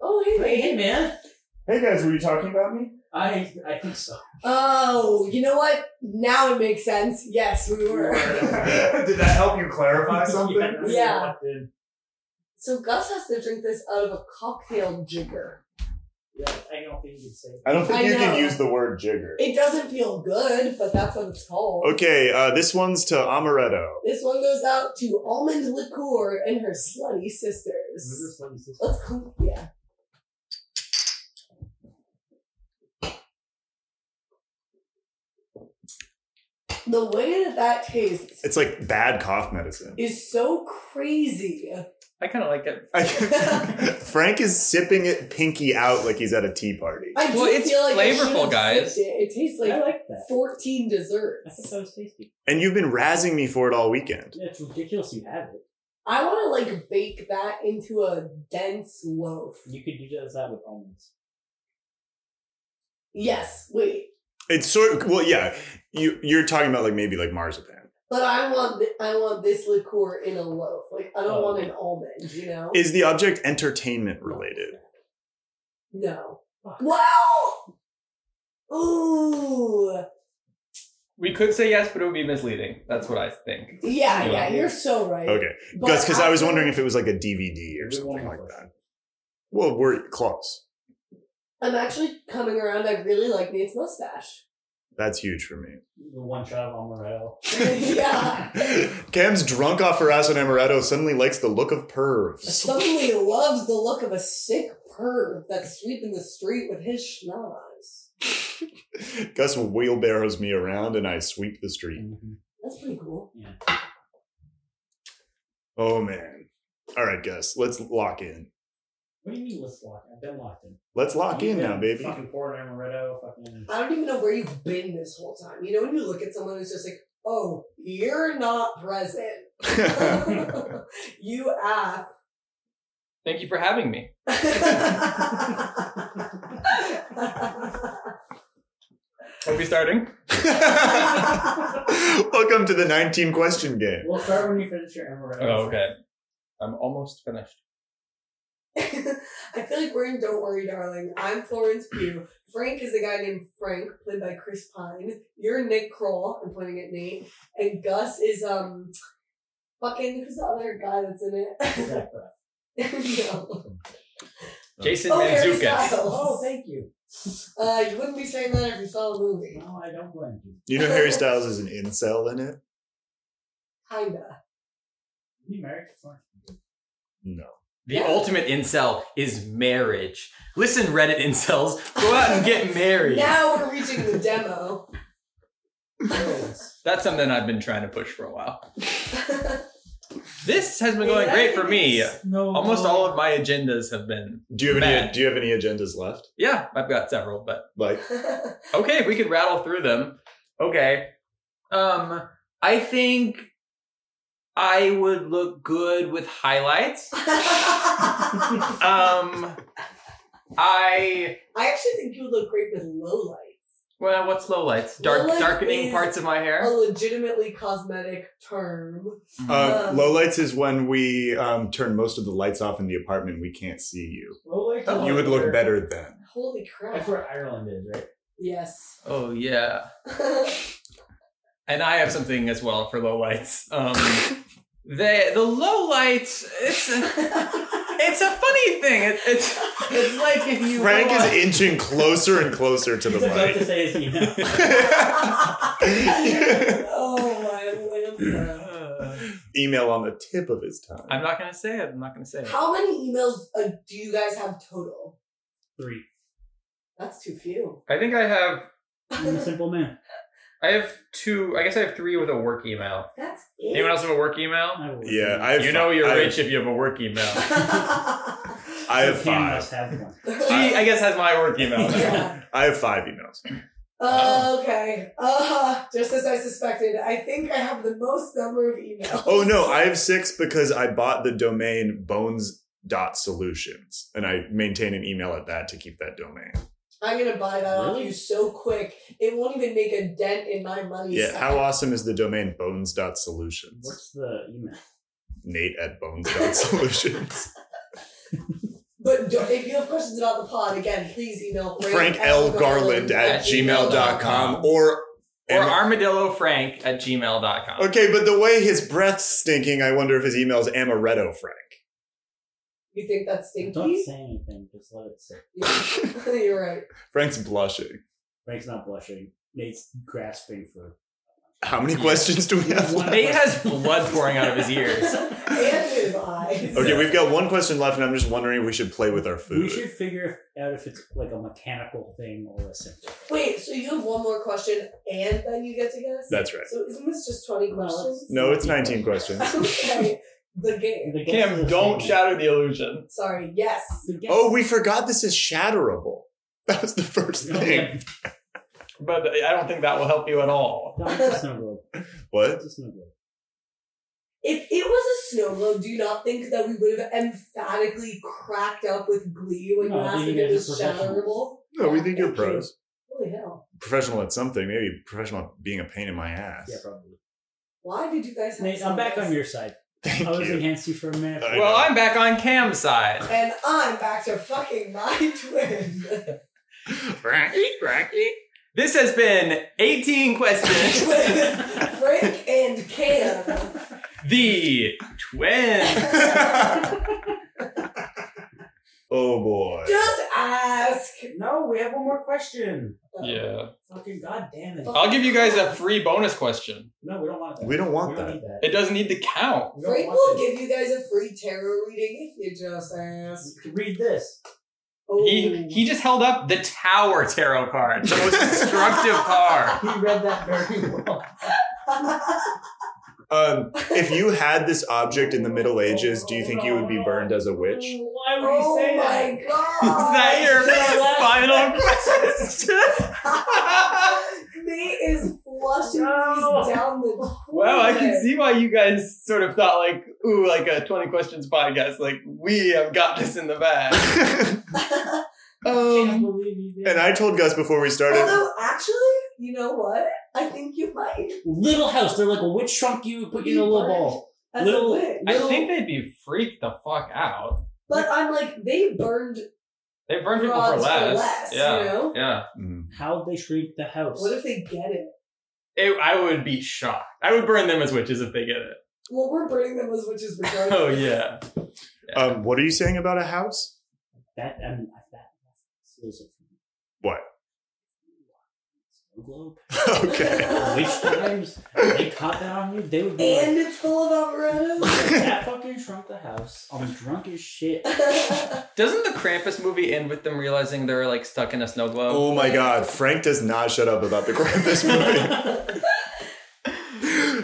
Oh, hey, but hey, man. man. Hey guys, were you talking about me? I I think so. Oh, you know what? Now it makes sense. Yes, we [LAUGHS] were. Did that help you [LAUGHS] [LAUGHS] clarify Yeah. so Gus has to drink this out of a cocktail jigger. Yeah, I don't think you can say. I don't think I you can know. use the word jigger. It doesn't feel good, but that's what it's called. Okay, uh, this one's to amaretto. This one goes out to Almond Liqueur and her slutty sisters. Mm-hmm. Let's go. Yeah. The way that that tastes It's like bad cough [LAUGHS] medicine. is so crazy. I kind of like it. I can- [LAUGHS] Frank is sipping it pinky out like he's at a tea party. I do Well, it's feel like I flavorful, should have guys. sipped It. it tastes I like like that. 14 I think desserts. that was tasty. And you've been razzing me for it all weekend. Yeah, it's ridiculous you have it. I want to like bake that into a dense loaf. You could do just that with almonds. Yes, wait. It's sort of, well, yeah. You you're talking about like maybe like marzipan. But I want th- I want this liqueur in a loaf. Like I don't Oh. want an almond, you know? Is the object entertainment related? no. Fuck. Wow! Ooh. We could say yes, but it would be misleading. That's what I think. Yeah, Yeah. yeah, you're so right. Okay, But Gus, because I was after- wondering if it was like a DVD or something like that. Well, we're close. I'm actually coming around. I really like Nate's mustache. [LAUGHS] That's huge for me. The one shot of amaretto. yeah. Cam's drunk off her ass on amaretto. Suddenly likes the look of pervs. Suddenly loves the look of a sick perv that's sweeping the street with his schnoz. Gus wheelbarrows me around, and I sweep the street. Mm-hmm. That's pretty cool. Oh man. All right, Gus, let's lock in. What do you mean? Let's lock. I've been locked in. Let's lock You've in been now, baby. Fucking pouring amaretto. [LAUGHS] Fucking. I don't even know where you've been this whole time. You know when you look at someone who's just like, oh, you're not present. [LAUGHS] [LAUGHS] you [LAUGHS] app. Thank you for having me. Welcome Are we starting? Welcome to the 19 question game. We'll start when you finish your amaretto. Oh, okay. I'm almost finished. [LAUGHS] I feel like we're in Don't Worry, Darling. I'm Florence Pugh. Frank is a guy named Frank, played by Chris Pine. You're Nick Kroll. I'm pointing at Nate. And Gus is, um, fucking, who's the other guy that's in it? Zach Braff. [LAUGHS] no. Jason Oh, Harry Manzoukas. [LAUGHS] Oh, Styles. thank you. Uh, you wouldn't be saying that if you saw the movie. No, I don't blame you. You know Harry Styles is an incel in it? Kinda. You married? It's fine. No. The Yeah. ultimate incel is marriage. Listen, Reddit incels, go out and get married. Now we're reaching the [LAUGHS] demo. That's something I've been trying to push for a while. This has been going great for [LAUGHS] me. [LAUGHS] No. Almost all of my agendas have been. Do you have any Matt. do you have any agendas left? Yeah, I've got several, but Like okay, if we could rattle through them. Okay. Um, I think I would look good with highlights. I Um, I actually think you would look great with low lights. well, what's low lights? Oh. Dark, Lowlights darkening is parts of my A hair. legitimately cosmetic term. uh, Um, low lights is when we um, turn most of the lights off in the apartment. We can't see you. Well, like, You would look where- better then. Holy That's crap. where Ireland is, right? Yes. [LAUGHS] Oh yeah, That's and I have something as well for low lights. Um, the the low lights. It's a, it's a funny thing. It, it's it's like if you Frank go on- is inching closer and closer to the He's about to mic. say his [LAUGHS] email. [LAUGHS] oh my lambda. Uh, [LAUGHS] Email on the tip of his tongue. I'm not gonna say it. I'm not gonna say it. How many emails uh, do you guys have total? Three. That's too few. I think I have I'm a simple man. I have two. I guess I have three with a work email. That's Anyone it. else have a work email? I will Yeah, I have You know you're I- rich if you have a work [LAUGHS] email. she, [LAUGHS] I have Cam five. must have one. I guess, has my work email. [LAUGHS] Now. Yeah. I have five emails. Uh, okay. Uh, just as I suspected, I think I have the most number of emails. Oh no, I have six because I bought the domain bones dot solutions and I maintain an email at that to keep that domain. I'm gonna buy that off Really? you so quick. It won't even make a dent in my money. Yeah, stack. how awesome is the domain bones dot solutions? What's the email? Nate at bones dot solutions. But do, if you have questions about the pod, again, please email Frank L. Garland at gmail.com or Or armadillo frank at gmail.com. Okay, but the way his breath's stinking, I wonder if his email's amaretto Frank. You think that's Don't stinky? say anything. Just let it sit. [LAUGHS] You're [LAUGHS] right. Frank's blushing. Frank's not blushing. Nate's grasping [LAUGHS] for. How many questions do we have? One. left? Nate has blood pouring out of his [LAUGHS] ears. and his eyes. Okay, we've got one question left, and I'm just wondering if we should play with our food. We should figure out if it's like a mechanical thing or a symptom. Wait, so you have one more question, and then you get to guess. That's right. so isn't this just twenty questions? No, it's 19 questions. [LAUGHS] okay, the game. The guess Kim, is don't the- shatter the illusion. Sorry. Yes. the guess- Oh, we forgot this is shatterable. That was the first No, thing. Kim, But I don't think that will help you at all. no, it's a snow globe. What? It's a snow globe. If it was a snow globe, do you not think that we would have emphatically cracked up with glee when No, you I asked think if you it guys was are professionals. shatterable? No, we think you're Thank you. pros. Holy hell! Professional at something, maybe professional at being a pain in my ass. Yeah, probably. Why did you guys? Have Nate, I'm back on your side. Thank I was you. against you for a minute. I Well, know. I'm back on Cam's side. And I'm back to fucking my [LAUGHS] twin. This has been [LAUGHS] 18 questions. Frank and Cam. the [LAUGHS] twins. oh boy. Just ask. No, we have one more question. Yeah. Fucking goddamn Oh. it! I'll give you guys a free bonus question. No, we don't want that. We don't want don't that. need that. It doesn't need to count. We don't Frank want will that. give you guys a free tarot reading if you just ask. Read this. Oh. He he just held up the Tower tarot card, the most destructive card. He read that [LAUGHS] very well. Um, if you had this object in the Middle Ages, do you think you would be burned as a [LAUGHS] witch? [LAUGHS] Why would Oh he say that? my god! [LAUGHS] [LAUGHS] Is that your [LAUGHS] [LAUGHS] final [LAUGHS] question? Nate is flushing No. these down the wow, I can toilet. see why you guys sort of thought like, ooh, like a twenty questions podcast. Like we have got this in the bag. I can't [LAUGHS] Um, believe he did. And I told Gus before we started. [LAUGHS] Although, actually, you know what? I think you might. Little house. They're like a witch shrunk you, put you in a little ball. That's Little- the thing. I think they'd be freaked the fuck out. But I'm like, they burned They burn people for Rods for less. less, yeah, you know? yeah. Mm. How'd they shrink the house? what if they get it? It, I would be shocked. I would burn them as witches if they get it. Well, we're burning them as witches regardless. [LAUGHS] Oh yeah. Um, what are you saying about a house? [LAUGHS] that I mean that that steals it from me. What? Snow globe. okay. Which times they caught that on you, they would be And like, it's full of [LAUGHS] Alvarado. that fucking shrunk the house. I was drunk as shit. Doesn't the Krampus movie end with them realizing they're like stuck in a snow globe? [LAUGHS] Oh my God. Frank does not shut up about the Krampus Oh. [LAUGHS] movie.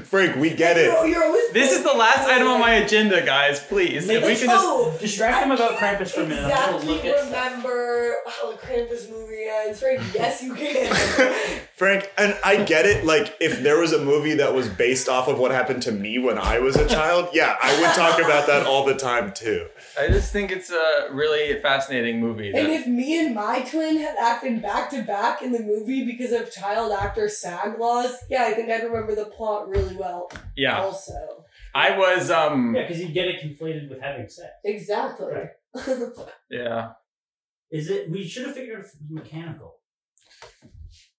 Frank, we get it. You're, you're always This is the last item on my agenda, guys. Please, if we can just. oh, Distract them I about can't Krampus for a minute. I'll Exactly look at stuff. remember how the Krampus movie ends, right? Yes, you [LAUGHS] can. Frank, and I get it. Like, if there was a movie that was based off of what happened to me when I was a child, yeah, I would talk about that all the time too. I just think it's a really fascinating movie. and that- if me and my twin had acted back to back in the movie because of child actor SAG laws, yeah, I think I'd remember the plot really well. yeah, Also, I was. Um, Yeah, because you get it conflated with having sex. exactly. Right. yeah. Is it? We should have figured it was mechanical.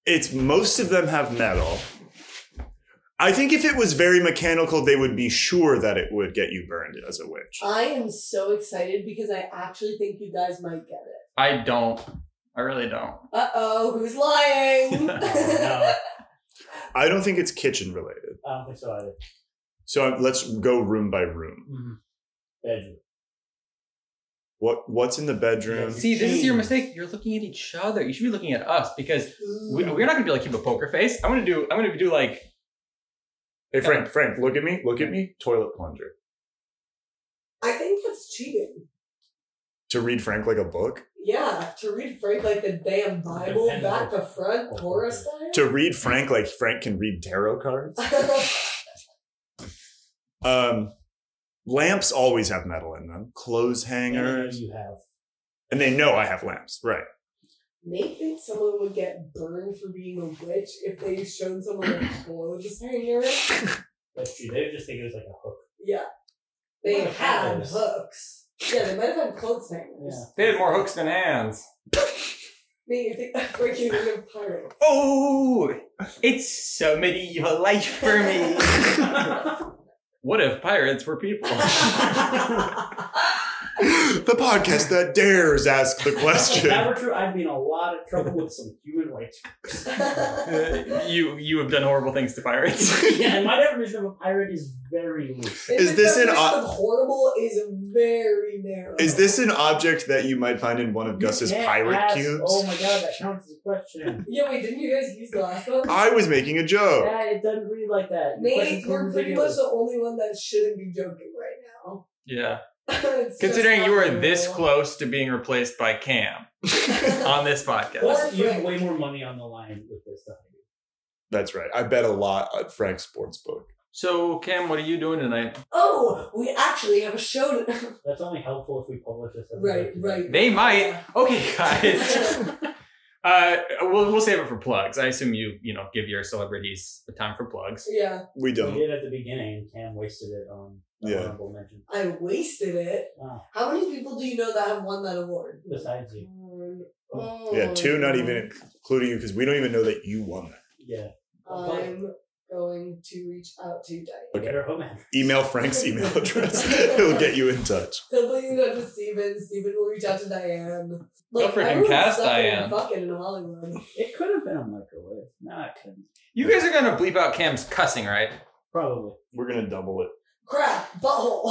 It's most of them have metal. I think if it was very mechanical, they would be sure that it would get you burned as a witch. I am so excited because I actually think you guys might get it. I don't. I really don't. Uh oh, who's lying? [LAUGHS] Oh, [LAUGHS] [LAUGHS] no, I don't think it's kitchen related. I don't think so either. So um, let's go room by room. Mm. Bedroom. What what's in the bedroom? See, this is your Jeez. mistake. You're looking at each other. You should be looking at us because we, we're not gonna be like keep a poker face. I'm gonna do. I'm gonna do like. Hey Frank, Frank, look at me, look at me. Toilet plunger. I think that's cheating. To read Frank like a book. Yeah, to read Frank like the damn Bible Depends back on- Oh, to front, horror style. To read Frank like Frank can read tarot cards. Um, lamps always have metal in them. Clothes Anything hangers, You have. and they know I have lamps. Right. [LAUGHS] Nate thinks someone would get burned for being a witch if they showed someone a clothes hanger. That's true. They would just think it was like a [LAUGHS] hook. Yeah, they What are had those? hooks. Yeah, they might have had clothes hangers. Yeah. They had more hooks than hands. Nate, you think [LAUGHS] Frank you would have pirates? Oh, it's so medieval life for me. what if pirates were [LAUGHS] people? the podcast that dares ask the If [LAUGHS] that question. were true, I'd be in a lot of trouble with some human rights. [LAUGHS] Uh, you you have done horrible things to pirates. [LAUGHS] Yeah, and my definition of a pirate is very loose. And Is the this an definition o- of horrible? Is very narrow. Is this an object that you might find in one of Gus's You can't pirate ask- cubes? Oh my god, that counts as a question. Yeah, wait, didn't you guys use the last one? I was making a joke. yeah, it doesn't read like that. Your Nate, question's more you're pretty much ridiculous. the only one that shouldn't be joking right now. [LAUGHS] yeah. It's just Considering not you were this real. close to being replaced by Cam on this podcast. Plus, you have way more money on the line with this stuff. That's right. I bet a lot at Frank's sports book. So Cam, what are you doing tonight? [LAUGHS] Oh, we actually have a show. To- [LAUGHS] That's only helpful if we publish this. as a right, document. right. They might. Okay, guys. [LAUGHS] Uh, we'll we'll save it for plugs. I assume you you know give your celebrities the time for plugs. yeah, We We don't. did at the beginning. Cam wasted it on the Yeah. honorable mention. I wasted it. Oh, How many people do you know that have won that award? besides you, Oh, Yeah, two, not even including you, because we don't even know that you won that. yeah. I'm going to reach out to Diane. Okay. Get her home address. Email Frank's email [LAUGHS] address. [LAUGHS] It'll get you in touch. He'll put you out to Steven. Steven will reach out to Diane. Look, freaking everyone's cast sucking and Diane. Fucking in Hollywood. It could have been a microwave. No, it couldn't. You guys are gonna bleep out Cam's cussing, right? Probably. We're gonna double it. Crap, butthole. [LAUGHS]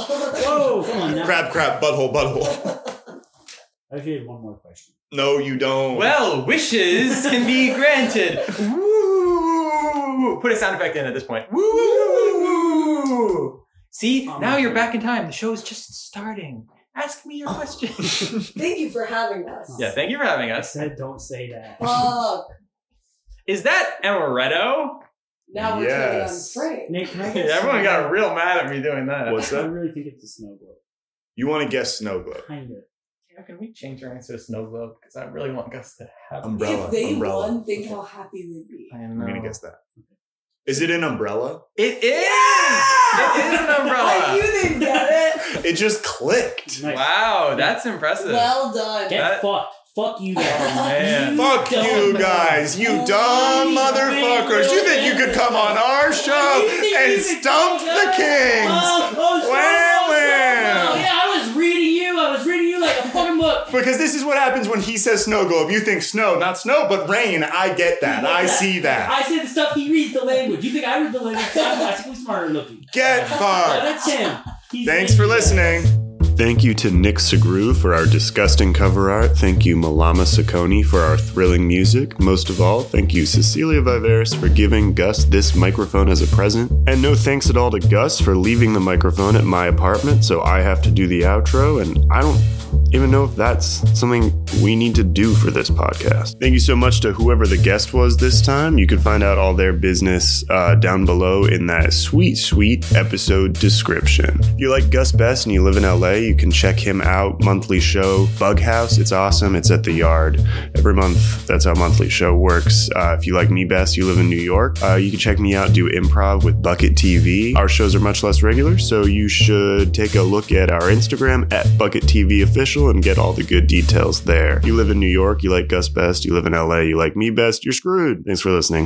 Whoa, [LAUGHS] come on now. Crap, crap, butthole, butthole. I actually have one more question. No, you don't. Well, wishes can be granted. Woo! Put a sound effect in at this point. Woo! woo, woo, woo, woo. See, Oh, now my you're God. back in time. The show's just starting. Ask [LAUGHS] me your question. Thank you for having us. yeah, thank you for having I us. said don't say [LAUGHS] that. Fuck. Is that amaretto? Now we're Yes. taking on Frank. Nate, [LAUGHS] can I get Everyone got snow real mad at me doing that. What's globe? I that? really think it's a snow globe. [LAUGHS] You want to guess snow globe? Kind of. Cam, Can we change our answer to snow globe? Because I really want Gus to have. Um, Umbrella, If they umbrella. won, think how happy they'd be. I I'm know. gonna guess that. Is it an umbrella? It is. It is [LAUGHS] an [LAUGHS] I umbrella. knew they'd get It just clicked. Nice. Wow, that's it. impressive. well done. Get That- fucked. Fuck you Oh, guys. man. Fuck dumb you man. guys, you Oh, dumb you motherfuckers. big You think you could come on our show you think and you could stump come the on? kings? Oh, oh, so- Wham, wham. oh, yeah, I was reading you. I was reading you like a fucking book. Because this is what happens when he says snow globe. You think snow, not snow, but rain. I get that. I see that. I said the stuff he reads the language. You think I read the language? I'm practically smarter looking. Get fucked. That's him. He's Thanks for saying- listening. Thank you to Nick Segru for our disgusting cover art. Thank you, Malama Sacconi, for our thrilling music. Most of all, thank you, Cecilia Viveris, for giving Gus this microphone as a present. And no thanks at all to Gus for leaving the microphone at my apartment, so I have to do the outro, and I don't even know if that's something we need to do for this podcast. Thank you so much to whoever the guest was this time. You can find out all their business uh, down below in that sweet, sweet episode description. If you like Gus Best and you live in LA, you can check him out. Monthly show, Bug House. It's awesome. It's at the yard every month. That's how monthly show works. Uh, if you like me best, you live in New York. Uh, you can check me out do improv with Bucket TV. Our shows are much less regular, so you should take a look at our Instagram at Bucket TV Official and get all the good details there. You live in New York, you like Gus best. You live in LA, you like me best. You're screwed. Thanks for listening.